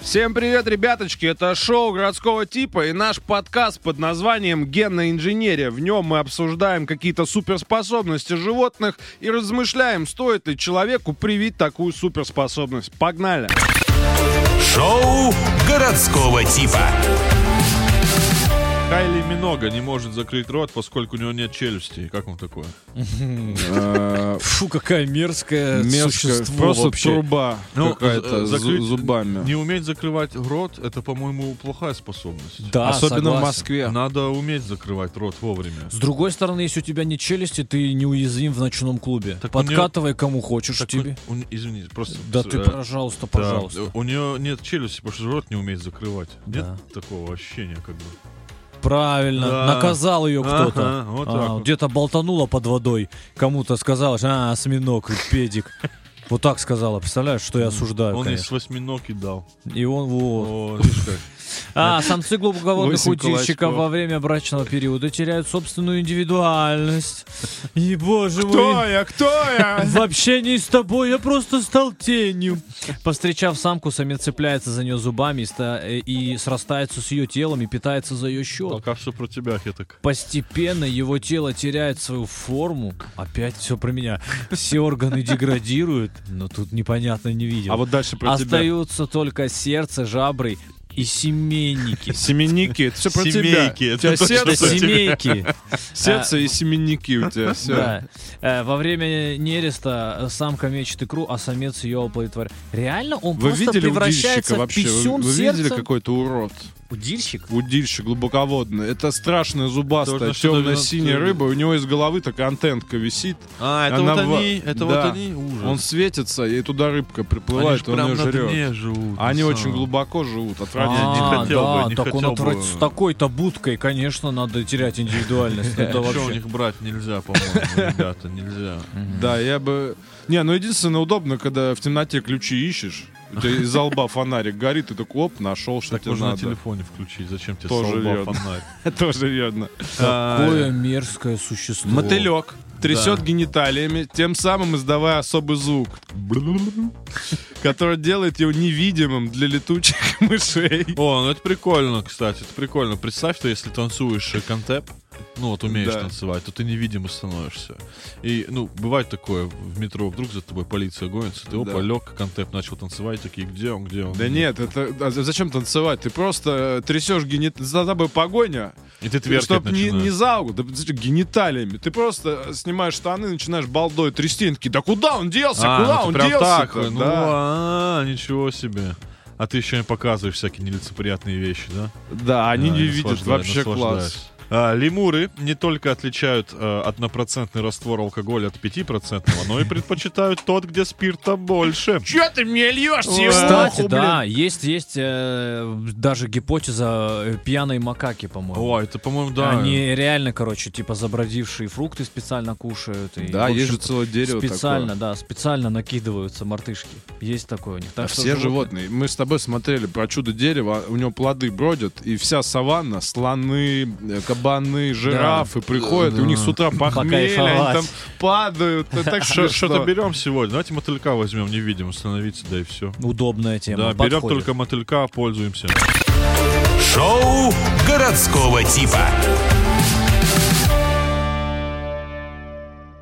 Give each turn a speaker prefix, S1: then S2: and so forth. S1: Всем привет, ребяточки! Это шоу городского типа и наш подкаст под названием «Генная инженерия». В нем мы обсуждаем какие-то суперспособности животных и размышляем, стоит ли человеку привить такую суперспособность. Погнали!
S2: Шоу городского типа.
S3: Кайли Минога не может закрыть рот, поскольку у него нет челюсти. Как вам такое?
S4: Фу, какая мерзкая
S5: Мерзкое,
S4: существо
S5: просто
S4: вообще.
S5: труба
S3: Ну,
S5: какая-то
S3: э,
S5: зу-
S3: закрыть-
S5: зубами.
S3: Не уметь закрывать рот, это, по-моему, плохая способность.
S4: Да,
S5: Особенно в
S4: согласен.
S5: Москве.
S3: Надо уметь закрывать рот вовремя.
S4: С другой стороны, если у тебя не челюсти, ты неуязвим в ночном клубе.
S3: Так у неё-
S4: Подкатывай кому хочешь
S3: Так,
S4: тебе.
S3: у- у- извини, просто...
S4: Да
S3: э,
S4: ты, пожалуйста,
S3: да,
S4: пожалуйста.
S3: У нее нет челюсти, потому что рот не умеет закрывать.
S4: Да.
S3: Нет такого ощущения, как бы.
S4: Правильно,
S3: Да.
S4: наказал ее кто-то.
S3: Ага, вот
S4: А,
S3: так вот.
S4: Где-то болтанула под водой. Кому-то сказала, а, осьминог, педик. Вот так сказала, представляешь, что я осуждаю,
S3: Он из
S4: конечно.
S3: восьминоги дал.
S4: И он вот.
S3: О, видишь как.
S4: А, самцы глубоководных
S5: Восемь
S4: удильщиков
S5: кулачков.
S4: во время брачного периода теряют собственную индивидуальность. И, боже мой,
S5: Кто я? Кто я?
S4: В общении с тобой я просто стал тенью. Повстречав самку, самец цепляется за нее зубами и, ста- э, и срастается с ее телом и питается за ее счет.
S3: Пока все про тебя, Хеток.
S4: Постепенно его тело теряет свою форму. Опять все про меня. Все органы деградируют, но тут непонятно не видел.
S1: А вот дальше про тебя.
S4: Остаются только сердце, жабры и семейники.
S1: Семенники, это все про
S3: Семейки,
S1: тебя.
S3: это
S1: У тебя
S3: точно
S4: Да,
S1: сердце,
S4: семейки.
S1: сердце и семенники у тебя. Все.
S4: Да. Э, Во время нереста э, самка мечет икру, а самец ее оплодотворяет. Реально он
S1: Вы
S4: просто
S1: видели удильщика
S4: превращается в
S1: вообще? Вы,
S4: писюн
S1: вы видели
S4: сердца?
S1: какой-то урод?
S4: Удильщик?
S1: Удильщик глубоководный. Это страшная зубастая
S3: Только что
S1: темно-синяя
S3: довел-
S1: рыба. У него из головы такая антенка висит.
S3: А, это
S1: Она в-
S3: вот они, это вот
S1: Да.
S3: они,
S1: Он
S3: ужас.
S1: светится, и туда рыбка
S3: Они ж
S1: приплывает, и он
S3: прям
S1: ее
S3: на
S1: жрет.
S3: дне живут.
S1: Они
S3: на
S1: очень
S3: самом-
S1: глубоко живут,
S3: А,
S1: отвратительно.
S3: не хотел
S4: да,
S3: бы, не
S4: так он
S3: хотел
S4: отврат-
S3: бы.
S4: с такой-то будкой, конечно, надо терять индивидуальность. Это
S3: Ничего у
S4: вообще.
S3: них брать нельзя, по-моему, ребята, нельзя.
S1: Да, я бы... Не, ну единственное удобно, когда в темноте ключи ищешь, у тебя из-за лба фонарик горит, и такой, оп, нашел, что
S3: Так
S1: тебе
S3: можно на
S1: надо.
S3: телефоне включить, зачем тебе
S1: Тоже
S3: солба
S1: верно.
S3: фонарь?
S1: Тоже верно.
S4: Какое мерзкое существо.
S1: Мотылек трясет
S3: Да.
S1: гениталиями, тем самым издавая особый звук, который делает его невидимым для летучих мышей.
S3: О, ну это прикольно, кстати, это прикольно. Представь, что если танцуешь э, контеп, ну вот умеешь
S1: Да.
S3: танцевать, то ты невидимо становишься. И, ну, бывает такое, в метро вдруг за тобой полиция гонится, ты, опа,
S1: Да.
S3: лег, контеп начал танцевать, такие, где он, где он?
S1: Да нет, это а за- зачем танцевать? Ты просто э, трясешь гениталиями, за тобой погоня,
S3: И ты тверкать
S1: Чтоб не,
S3: начинаешь.
S1: не за угол, да зачем, гениталиями. Ты просто э, снимаешь штаны, начинаешь балдой трясти. и такие, да куда он делся?
S3: А,
S1: куда
S3: ну ты
S1: он
S3: прям
S1: делся?
S3: так, ну, а, ничего себе. А ты еще и показываешь всякие нелицеприятные вещи, да?
S1: да, они
S3: ну, Да,
S1: не
S3: я
S1: видят
S3: наслаждаюсь,
S1: вообще
S3: наслаждаюсь.
S1: класс.
S3: А, лемуры не только отличают э, однопроцентный раствор алкоголя от 5%, но и предпочитают тот, где спирта больше.
S1: Че ты мне льешь,
S4: Кстати, да, есть, есть э, даже гипотеза э, пьяной макаки, по-моему.
S3: О, это, по-моему, да.
S4: Они реально, короче, типа забродившие фрукты специально кушают. И,
S1: Да,
S4: в
S1: есть
S4: общем,
S1: же целое дерево
S4: Специально,
S1: такое.
S4: да, специально накидываются мартышки. Есть такое у них. Так
S1: А
S4: что
S1: все
S4: животные-
S1: животные. Мы с тобой смотрели про чудо дерева, у него плоды бродят, и вся саванна, слоны, э, кабаны, жирафы приходят, и у них с утра похмелье, они
S4: Покайфовать. А
S1: там падают. Это Так что
S3: Что- Что-то
S1: что
S3: берем сегодня. Давайте мотылька возьмем, не видим, остановиться, да и все.
S4: Удобная
S3: Да,
S4: тема.
S3: берем
S4: Ну, подходит.
S3: только мотылька, пользуемся.
S2: Шоу городского типа.